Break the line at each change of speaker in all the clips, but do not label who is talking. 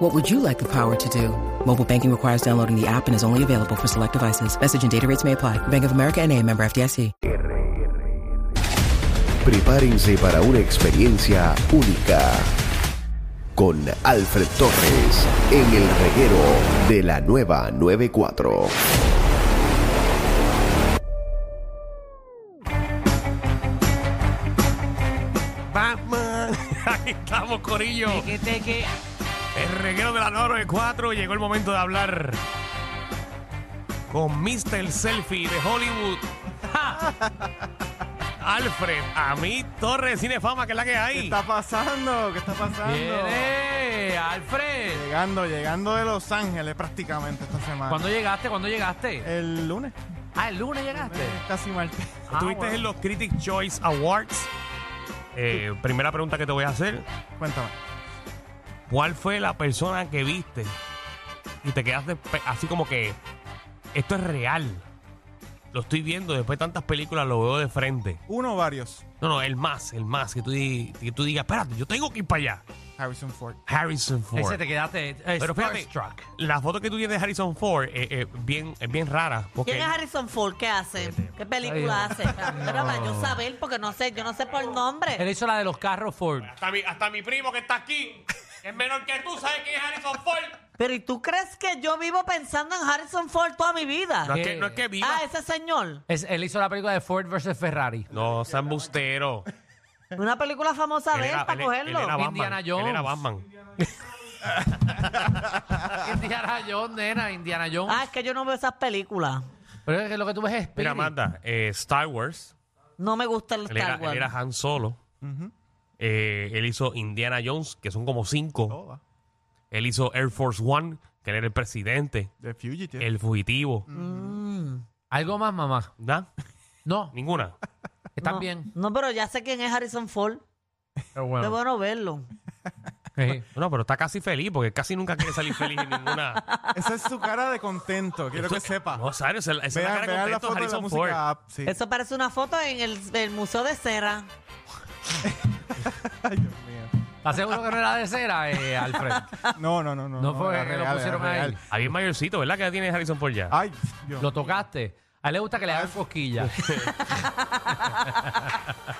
What would you like the power to do? Mobile banking requires downloading the app and is only available for select devices. Message and data rates may apply. Bank of America and a member FDIC.
Prepárense para una experiencia única con Alfred Torres en el reguero de la nueva 94.
Batman. Aquí estamos, Corillo. El reguero de la 994. Llegó el momento de hablar con Mr. Selfie de Hollywood. ¡Ja! Alfred, a mí, Torre de Cinefama, que es la que
¿Qué
hay.
está pasando? ¿Qué está pasando?
Viene, Alfred.
Llegando, llegando de Los Ángeles prácticamente esta semana.
¿Cuándo llegaste? ¿Cuándo llegaste?
El lunes,
Ah, el lunes llegaste.
eh, casi martes.
Ah,
Estuviste
bueno.
en los Critic Choice Awards. Eh, primera pregunta que te voy a hacer.
Cuéntame.
¿Cuál fue la persona que viste y te quedaste pe- así como que esto es real? Lo estoy viendo, después de tantas películas lo veo de frente.
Uno o varios.
No, no, el más, el más. Que tú, di- que tú digas, espérate, yo tengo que ir para allá.
Harrison Ford.
Harrison Ford.
Ese te quedaste. eh,
Pero fíjate,
starstruck.
la foto que tú tienes de Harrison Ford es bien, es bien rara. Porque
¿Quién es Harrison Ford? ¿Qué hace? ¿Qué película
Ay,
hace? Pero para yo saber, porque no sé, yo no sé por
Él
nombre.
hizo la de los carros Ford.
hasta, mi, hasta mi primo que está aquí, que es menor que tú, ¿sabes quién es Harrison Ford?
Pero ¿y tú crees que yo vivo pensando en Harrison Ford toda mi vida?
No es que, no es que viva.
Ah, ese señor.
Es- él hizo la película de Ford versus Ferrari.
No, San Bustero.
Una película famosa de él, para cogerlo.
Él era Batman.
Indiana
él
Jones.
era Batman.
Indiana Jones, nena, Indiana Jones.
ah, es que yo no veo esas películas.
Pero es que lo que tú ves es Speedy.
Mira, Amanda, eh, Star Wars.
No me gusta el
Él era,
Star
él
Wars.
era Han Solo. Eh, él hizo Indiana Jones, que son como cinco.
Toda.
Él hizo Air Force One, que él era el presidente,
The Fugitive.
el fugitivo.
Mm.
Algo más, mamá.
¿Verdad?
No,
Ninguna.
estás
no,
bien.
No, pero ya sé quién es Harrison Ford.
Pero
Qué
bueno.
bueno verlo.
Sí.
No, pero está casi feliz, porque casi nunca quiere salir feliz en ninguna.
Esa es su cara de contento. Quiero
Esto-
que sepa.
No, Sario, esa esa es la
vean,
cara de
vean
contento
la
de
foto de la
Harrison Ford.
música app. Sí.
Eso parece una foto en el, el Museo de Cera.
Ay, Dios mío.
¿Estás seguro que no era de cera, eh, Alfred?
No, no, no, no.
No fue
era
que lo
real, era
pusieron
real.
ahí.
A bien mayorcito, ¿verdad? Que ya tiene Harrison Ford ya.
Ay, Dios.
Lo tocaste. A él le gusta que le hagan cosquillas.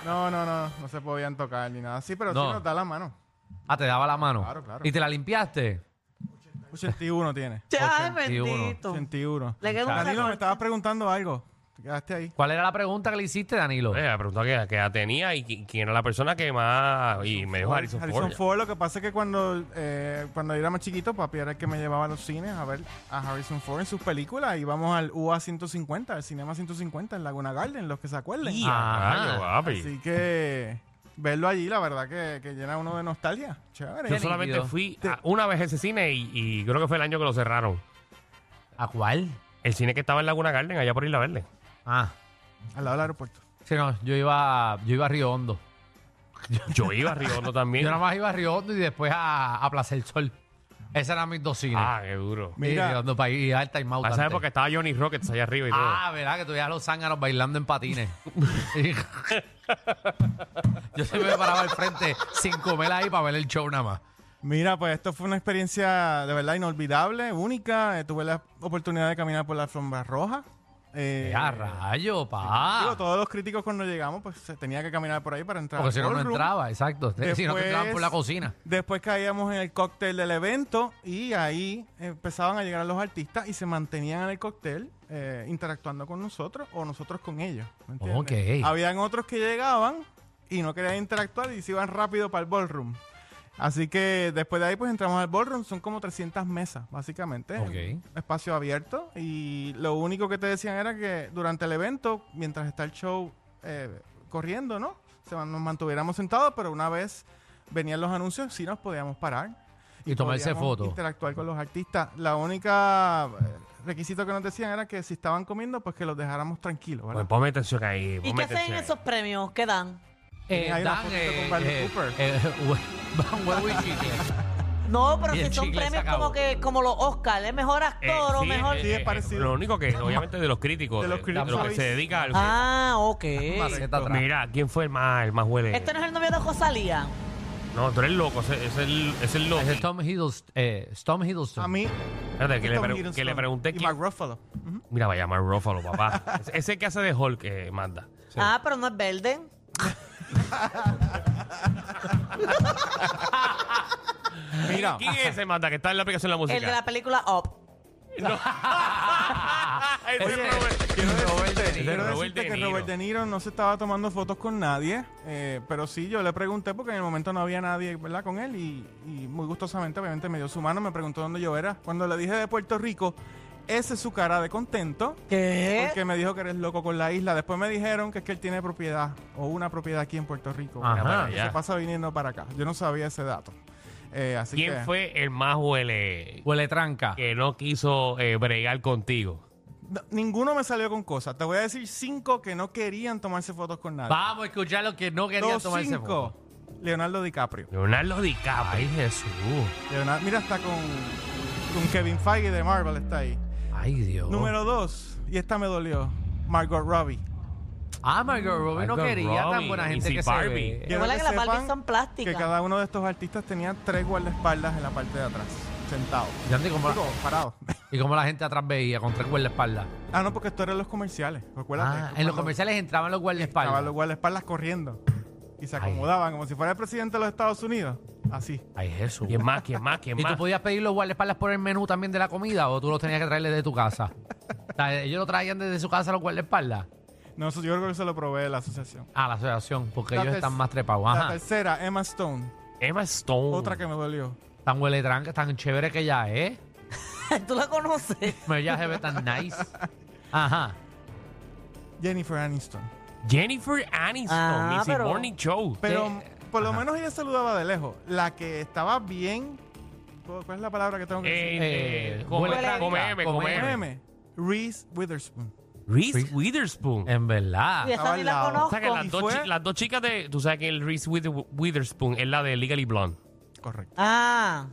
No, no, no. No se podían tocar ni nada. Sí, pero
No.
sí nos da la mano.
Ah, te daba la mano.
Claro, claro.
¿Y te la limpiaste?
81 tiene.
Ay,
81.
bendito.
81.
Le queda un
Danilo, me
recorte.
estabas preguntando algo. Te quedaste ahí.
¿Cuál era la pregunta que le hiciste, Danilo?
Eh, la pregunta que, que ya tenía y qui- quién era la persona que más. Y me dijo Harrison, Ford.
Ford, lo que pasa es que cuando, eh, cuando yo era más chiquito, papi era el que me llevaba a los cines a ver a Harrison Ford en sus películas. Íbamos al UA 150, al Cinema 150 en Laguna Garden, los que se acuerden.
Y a
Ah.
Ajá.
rayo, papi.
Así que verlo allí, la verdad que, que llena uno de nostalgia.
Yo
Chévere.
Sí.
solamente
nítido.
fui a una vez a ese cine y, y creo que fue el año que lo cerraron.
¿A cuál?
El cine que estaba en Laguna Garden, allá por Isla Verde.
Ah.
Al lado del aeropuerto.
Sí, no, yo iba, yo iba a Río Hondo.
Yo iba a Riondo también.
Yo nada más iba a Río Hondo y después a, a Plaza del Sol. Esas eran mis dos cines.
Ah, qué duro.
Mira.
Y Río Hondo para ir y Alta y Mau
A esa
antes.
época estaba Johnny Rockets allá arriba y todo.
Ah, verdad que tú veías a los zánganos bailando en patines. Y- yo siempre me paraba al frente sin comer ahí para ver el show nada más.
Mira, pues esto fue una experiencia de verdad inolvidable, única. Eh, tuve la oportunidad de caminar por la alfombra roja. Eh,
Ya, rayo,
digo,
pa.
todos los críticos cuando llegamos, pues se tenía que caminar por ahí para entrar.
Porque
al
pues si no, no
ballroom.
entraba, exacto. Si no, te
Después-
entraban por la cocina.
Después caíamos en el cóctel del evento y ahí empezaban a llegar los artistas y se mantenían en el cóctel eh, interactuando con nosotros o nosotros con ellos. ¿me entiendes?
Ok.
Habían otros que llegaban y no querían interactuar y se iban rápido para el ballroom. Así que después de ahí pues entramos al ballroom, son como 300 mesas básicamente,
Ok.
espacio abierto y lo único que te decían era que durante el evento, mientras está el show eh, corriendo, ¿no? Se man- nos mantuviéramos sentados, pero una vez venían los anuncios, sí nos podíamos parar.
Y tomarse
podíamos
fotos.
Interactuar con los artistas. La única eh, requisito que nos decían era que si estaban comiendo, pues que los dejáramos tranquilos, ¿verdad?
Pues ponme atención ahí.
¿Y
ponme
qué hacen
atención
en
ahí.
esos premios? ¿Qué dan?
Eh,
Hay una
dan,
fotito
eh,
con Bradley
eh,
Cooper.
eh, hue- un huevo y chicle.
No, pero
Y el
si son
chicle se
premios
acabó.
como que como los Oscars, ¿es mejor actor
Eh,
o
sí,
mejor...?
eh,
Sí, es
eh,
parecido.
Lo único que, obviamente, de los críticos.
De
De,
los
de lo que
críticos.
se dedica al. Pues
Ah, ok.
Maceta atrás.
Mira, ¿quién fue el más, el más huele?
¿Este no es el novio de Rosalía?
No, tú eres loco, ese ese es el, ese es el loco.
Ese es Tom Hiddleston. Eh, Tom Hiddleston.
A mí.
Espérate, pues, que, le
Este Tom
pre-
Hiddleston
que le pregunté
Y
quién.
Mark Ruffalo. Ujú.
Mira, vaya, Mark Ruffalo, papá. Ese- ese que hace de Hulk, eh, manda.
Ah, pero no es verde.
Mira.
¿Quién es ese manda que está en la aplicación de la música?
El de la película Up.
Ah,
Ah,
Ese
Oye,
es Robert-
quiero Robert De
ese es
Niro.
Quiero
Robert
decirte
De
que
Niro.
Robert De Niro no se estaba tomando fotos con nadie, eh, pero sí, yo le pregunté porque en el momento no había nadie, ¿verdad? Con él y, y muy gustosamente, obviamente, me dio su mano, me preguntó dónde yo era. Cuando le dije de Puerto Rico, esa es su cara de contento,
¿Qué?
porque me dijo que eres loco con la isla. Después me dijeron que es que él tiene propiedad o una propiedad aquí en Puerto Rico.
Ajá,
¿verdad? Que
ya.
se pasa viniendo para acá. Yo no sabía ese dato. Eh, así
¿Quién
que,
fue el más huele
Huele tranca.
que no quiso eh, bregar contigo?
No, ninguno me salió con cosas. Te voy a decir cinco que no querían tomarse fotos con nadie.
Vamos a escuchar lo que no quería
Los
tomarse
cinco.
foto.
Leonardo DiCaprio.
Leonardo DiCaprio. Ay, Jesús.
Leonardo- mira, está con, con Kevin Feige de Marvel, está ahí.
Ay,
Oh.
Dios.
Número dos, y esta me dolió, Margot Robbie.
Ah, Margot Robbie no
Margot
quería tan
Robbie,
buena
y
gente
si
que
Barbie.
se ve.
Quiero
Recuerda que las
sepan
Barbies son plásticas.
Que cada uno de estos artistas tenía tres guardaespaldas en la parte de atrás, sentados.
Y Andy, ¿cómo la-
Digo, parados.
Y como la gente atrás veía con tres guardaespaldas.
ah, no, porque esto era en los comerciales, recuérdate.
Ah,
que
en los
cuando
comerciales entraban los
Estaban los
guardaespaldas.
guardaespaldas corriendo y se
Ay.
acomodaban como si fuera el presidente de los Estados Unidos. Así.
Ay, Jesús.
¿Quién más? ¿Quién más? ¿Quién
¿Y
más?
tú podías pedir los guardaespaldas por el menú también de la comida o tú los tenías que traerle de tu casa? O sea, ellos lo traían desde su casa los guardaespaldas
No, eso- yo creo que se lo probé de la asociación.
a la asociación porque
La
ellos
ter-
están más trepados.
La
Ajá. Uh.
tercera, Emma Stone.
Emma Stone.
Otra que me dolió.
Tan huele tranca, tan chévere que ella es.
Tú la conoces.
Pero Ella se ve tan nice. Ajá.
Jennifer Aniston.
Jennifer Aniston,
Ah,
Missy
pero-
Morning Show.
Pero
Sí.
por lo menos ella saludaba de lejos. La que estaba bien. ¿Cuál cuál es la palabra que tengo que decir?
Eh,
Eh,
eh, come,
huele
come
tranca,
M,
come
come
M.
M.
M. Reese Witherspoon.
Reese Witherspoon.
En verdad.
Y esa
Estaba
ni
al
la
lado.
O sea que
conozco.
las
¿Y
dos,
fue?
chi- las dos chicas de. Tú sabes que el Reese With- Witherspoon es la de Legally Blonde.
Correcto.
Ah,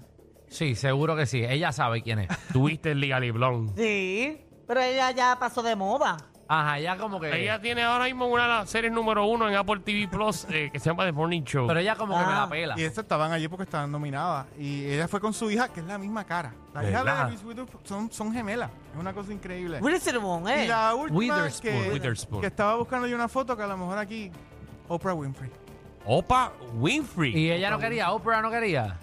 Sí, seguro que sí. Ella sabe quién es.
Tuviste Legally Blonde.
sí. Pero ella ya pasó de moda.
Ajá, ella como que.
Ella tiene ahora mismo una de las series número uno en Apple TV Plus eh, que se llama The Morning Show.
Pero ella como que me
Ah.
la pela.
Y estas estaban allí porque estaban nominadas. Y ella fue con su hija, que es la misma cara. La hija
¿Verdad?
de Reese Witherspoon son, son gemelas. Es una cosa increíble.
Witherspoon,
Y
¿eh?
la última
Witherspoon,
que,
Witherspoon.
que estaba buscando yo una foto que a lo mejor aquí. Oprah Winfrey.
Opa Winfrey.
Y ella no quería, Oprah no quería.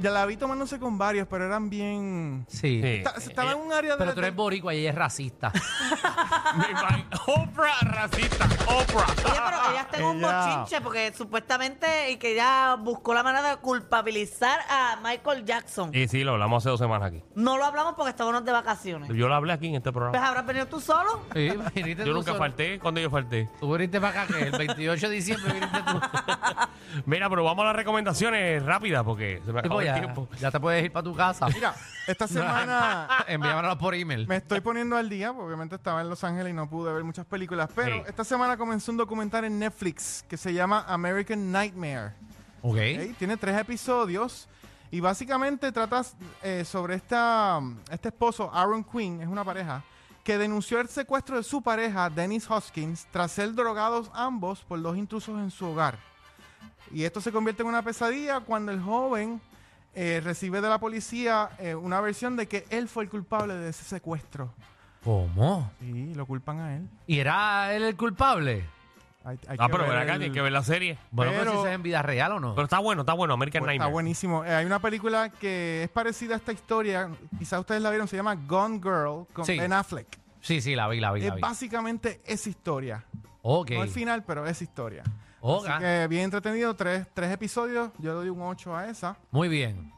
Ya la vi tomándose con varios, pero eran bien.
Sí.
Sí.
Esta- Estaba en un área de.
Eh, Pero tú eres
de-
boricua y ella es racista.
Me imag- Oprah racista.
Oye,
Oprah.
pero ella está en un
Ella-
bochinche porque supuestamente y que ella buscó la manera de culpabilizar a Michael Jackson.
Y sí, lo hablamos hace dos semanas aquí.
No lo hablamos porque estábamos de vacaciones.
Yo lo hablé aquí en este
Pues
programa.
habrás venido tú solo.
Sí, viniste
Yo
tú
nunca
solo.
falté. ¿Cuándo yo falté?
Tú viniste para acá que el 28 de diciembre viniste tú.
Mira, pero vamos a las recomendaciones rápidas porque se me
Tipo,
acabó el
ya,
tiempo.
ya te puedes ir para tu casa.
Mira, esta semana.
Enviámoslo por email.
Me estoy poniendo al día, porque obviamente estaba en Los Ángeles y no pude ver muchas películas, pero
Sí.
esta semana comenzó un documental en Netflix que se llama American Nightmare.
Ok.
¿ok? Tiene tres episodios y básicamente trata eh, sobre esta, este esposo, Aaron Quinn, es una pareja, que denunció el secuestro de su pareja, Dennis Hoskins, tras ser drogados ambos por dos intrusos en su hogar. Y esto se convierte en una pesadilla cuando el joven eh, recibe de la policía eh, una versión de que él fue el culpable de ese secuestro.
¿Cómo?
Sí, lo culpan a él.
¿Y era él el culpable?
Hay- hay
Ah,
que
pero
ver
ven acá,
el-
tienes que ver la serie.
Bueno, pero,
Pero-
si eso es en vida real o no.
Pero está bueno, está bueno, American
Pues, está
Nightmare.
buenísimo. Eh, hay una película que es parecida a esta historia, quizás ustedes la vieron, se llama Gone Girl con
Sí.
Ben Affleck.
sí, sí, la vi, la vi, la
Es
vi.
básicamente esa historia.
Ok.
No el final, pero es historia.
Ok.
Así que bien entretenido, tres, tres episodios. Yo le doy un 8 a esa.
Muy bien.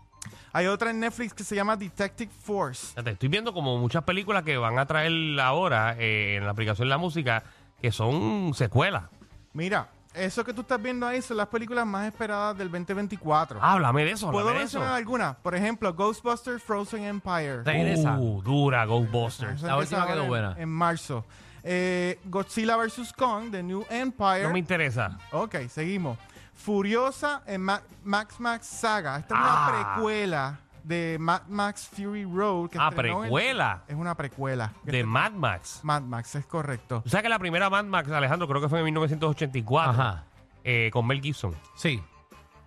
Hay otra en Netflix que se llama Detective Force.
Fíjate, estoy viendo como muchas películas que van a traer ahora eh, en la aplicación de la música que son secuelas.
Mira, Eso que tú estás viendo ahí son las películas más esperadas del 2024.
Ah,
Háblame de eso,
¿Puedo
háblame de eso.
mencionar alguna? Por ejemplo, Ghostbusters Frozen Empire.
Regresa.
Uh, dura Ghostbusters.
Eso
la
empieza
última
ahora
quedó
en-
buena.
En marzo. Eh, Godzilla vs. Kong, The New Empire.
No me interesa.
Ok, seguimos. Furiosa en Ma- Max Max Saga. Esta es
Ah.
una precuela de Mad Max Fury Road. Que
Ah,
estrenó en-
precuela.
es una precuela. que
De
estrenó-
Mad Max.
Mad Max, es correcto.
Tú sabes que la primera Mad Max, Alejandro, creo que fue en 1984.
Ajá.
eh, con Mel Gibson.
Sí.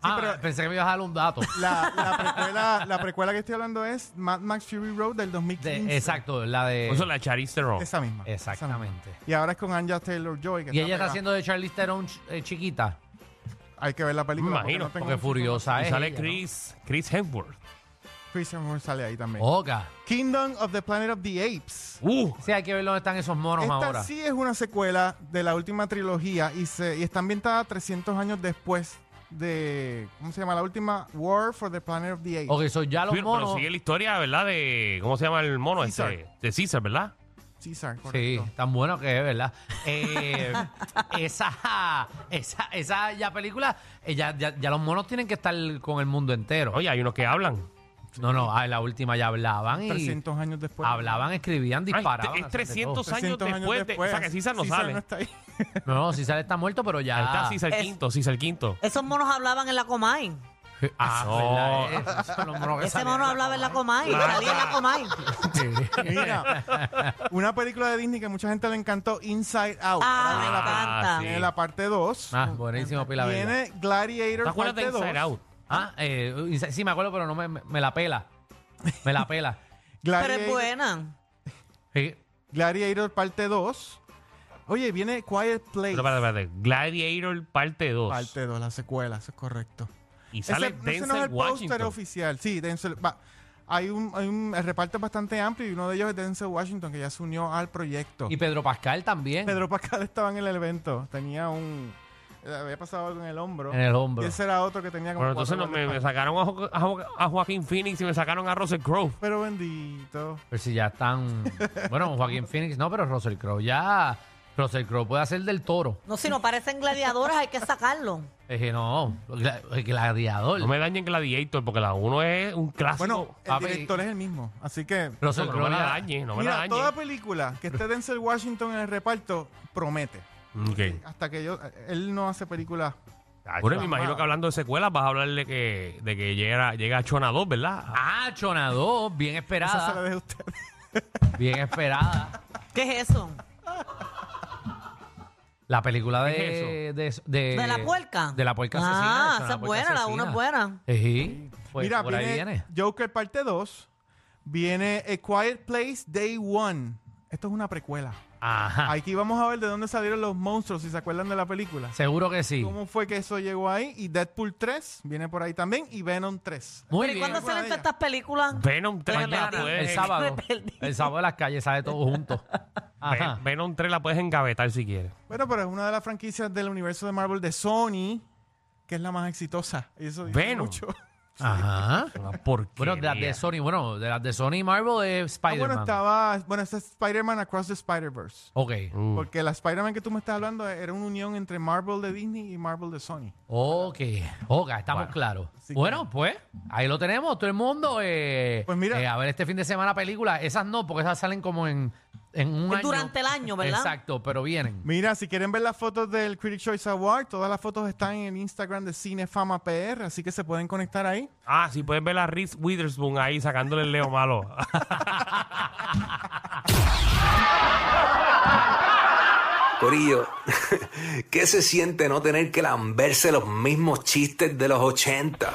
ah,
pero-
pensé que me ibas a dar un dato.
La, la precuela, la precuela que estoy hablando es Mad Max Fury Road del 2015.
De- exacto, la de.
Por eso la de Charlize Theron.
Esa misma. esa misma.
Exactamente.
Y ahora es con Anja Taylor Joy.
Y ella está haciendo de Charlize Theron ch- eh, chiquita.
Hay que ver la película.
Me imagino,
porque no tengo
Porque
mucho-
furiosa
Y
es.
sale
ella,
Chris, Chris Hemsworth.
Chris Hemsworth sale ahí
¿no?
también.
Oca.
Kingdom of the Planet of the Apes.
Uh,
Sí, hay que ver dónde están esos monos
Esta
ahora.
sí es una secuela de la última trilogía y, se, y está ambientada 300 años después de, ¿cómo se llama? La última War for the Planet of the Apes.
Ok, son ya los
pero pero
monos.
sigue la historia, ¿verdad? De, ¿cómo se llama el mono
Caesar.
ese? De Caesar, ¿verdad?
César,
Sí,
correcto.
tan bueno que es, ¿verdad? Eh, esa, esa, esa ya película, eh, ya, ya, ya los monos tienen que estar con el mundo entero.
Oye, hay unos que hablan.
No, no, ah, en la última ya hablaban y
300 años después.
hablaban, escribían,
Ay,
disparaban.
es
hacían de
300
todo.
años
300
después. de- o sea, que Caesar no sale.
está ahí.
No, no, si sale está muerto, pero ya.
Ahí
Ah,
está Caesar
Es-
Quinto, Caesar Quinto.
Esos monos hablaban en la Comay.
Ah,
No.
¿verdad? Eh, esos son los monos que
Ese
salían
mono
en la
hablaba en la
cama.
Comay. Salía en la Comay.
Mira, una película de Disney que a mucha gente le encantó, Inside Out.
Ah,
Ahora
me
viene la-
encanta.
sí.
viene la parte 2.
Ah, buenísimo, Pila Verde.
Viene Gladiator
¿Te acuerdas de
parte 2.
Inside Out?
Ah, eh, Inside- sí, me acuerdo, pero no me, me- me la pela. Me la pela.
Pero es
Gladiator,
buena.
Sí.
Gladiator parte 2. Oye, viene Quiet Place.
Pero, espérate, espérate. Gladiator parte 2.
Parte 2, la secuela, eso es correcto.
Y sale
Ese- ese
Denzel
no es el póster
Washington.
oficial. Sí, Denzel. va, hay un, hay un el reparto es bastante amplio y uno de ellos es Denzel Washington, que ya se unió al proyecto.
Y Pedro Pascal también.
Pedro Pascal estaba en el evento. Tenía un. le Había pasado algo en el hombro.
En el hombro.
Y ese era otro que tenía como.
Bueno, entonces
cuatro
no, me,
goles
me
para-
sacaron a, Jo- a Jo- a Joaquín Phoenix y me sacaron a Russell Crowe.
Pero bendito.
Pero si ya están. Bueno, Joaquín Phoenix no, pero Russell Crowe ya. Russell Crowe puede hacer del toro.
No, si no parecen gladiadoras, hay que sacarlo.
Es que no, gla- el gladiador.
No me dañen Gladiator porque la 1 es un clásico.
Bueno, el
papi.
director es el mismo. Así que.
no,
Russell
no me
Crowe
la
ya-
dañen, no me
mira,
la dañen.
toda película que esté Denzel Washington en el reparto promete.
Ok.
Hasta que yo. Él no hace películas.
Bueno, me
Mamá.
imagino que hablando de secuelas vas a hablar de que, de que llega, llega Chona 2, ¿verdad?
Ah, Chonadó, bien
Esa se la
esperada.
dejo a usted.
Bien esperada.
¿Qué es eso?
La película
¿Qué
de. De, de-
¿De la puerca?
Eh, De la puerca asesina. Chonadó,
Ah, esa
la
es
puerca
buena, la una es
asesina.
buena.
Ejí, pues
Mira,
por
viene,
ahí viene.
Joker parte 2. Viene A Quiet Place Day 1. Esto es una precuela.
Ajá.
Aquí vamos a ver de dónde salieron los monstruos, si se acuerdan de la película.
Seguro que sí.
¿Cómo fue que eso llegó ahí? Y Deadpool 3 viene por ahí también. Y Venom 3.
Muy
Pero ¿y
bien.
cuándo
Alguna
salen
de
todas
ellas.
estas películas?
Venom 3 la
Mañana,
pues.
el
puedes.
sábado.
Me perdí.
El sábado de las calles sale todo junto. Ajá.
Ven- Venom 3 la puedes engavetar si quieres.
Bueno, pero es una de las franquicias del universo de Marvel de Sony, que es la más exitosa. Y eso dice
Venom.
mucho. Ah,
Ajá.
Una porquería.
Bueno, de las de Sony, bueno, de las de Sony y Marvel es
Ah, bueno,
Spider-Man.
estaba. Bueno, este es Spider-Man Across the Spider-Verse.
Ok.
Mm.
Porque la Spider-Man que tú me estás hablando era una unión entre Marvel de Disney y Marvel de Sony.
Ok. Ok, estamos claros. Bueno, pues, ahí lo tenemos, todo el mundo. eh,
Pues mira.
eh, a ver este fin de semana película. Esas no, porque esas salen como en, en un
Es
año.
durante el año, ¿verdad?
Exacto, pero vienen.
Mira, si quieren ver las fotos del Critic Choice Award, todas las fotos están en el Instagram de Cinefama PR, así que se pueden conectar ahí.
Ah, si puedes ver a Reese Witherspoon ahí sacándole el leo malo.
Corillo, ¿qué se siente no tener que lamberse los mismos chistes de los 80?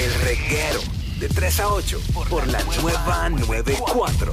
El reguero de 3 a 8 por la nueva 94.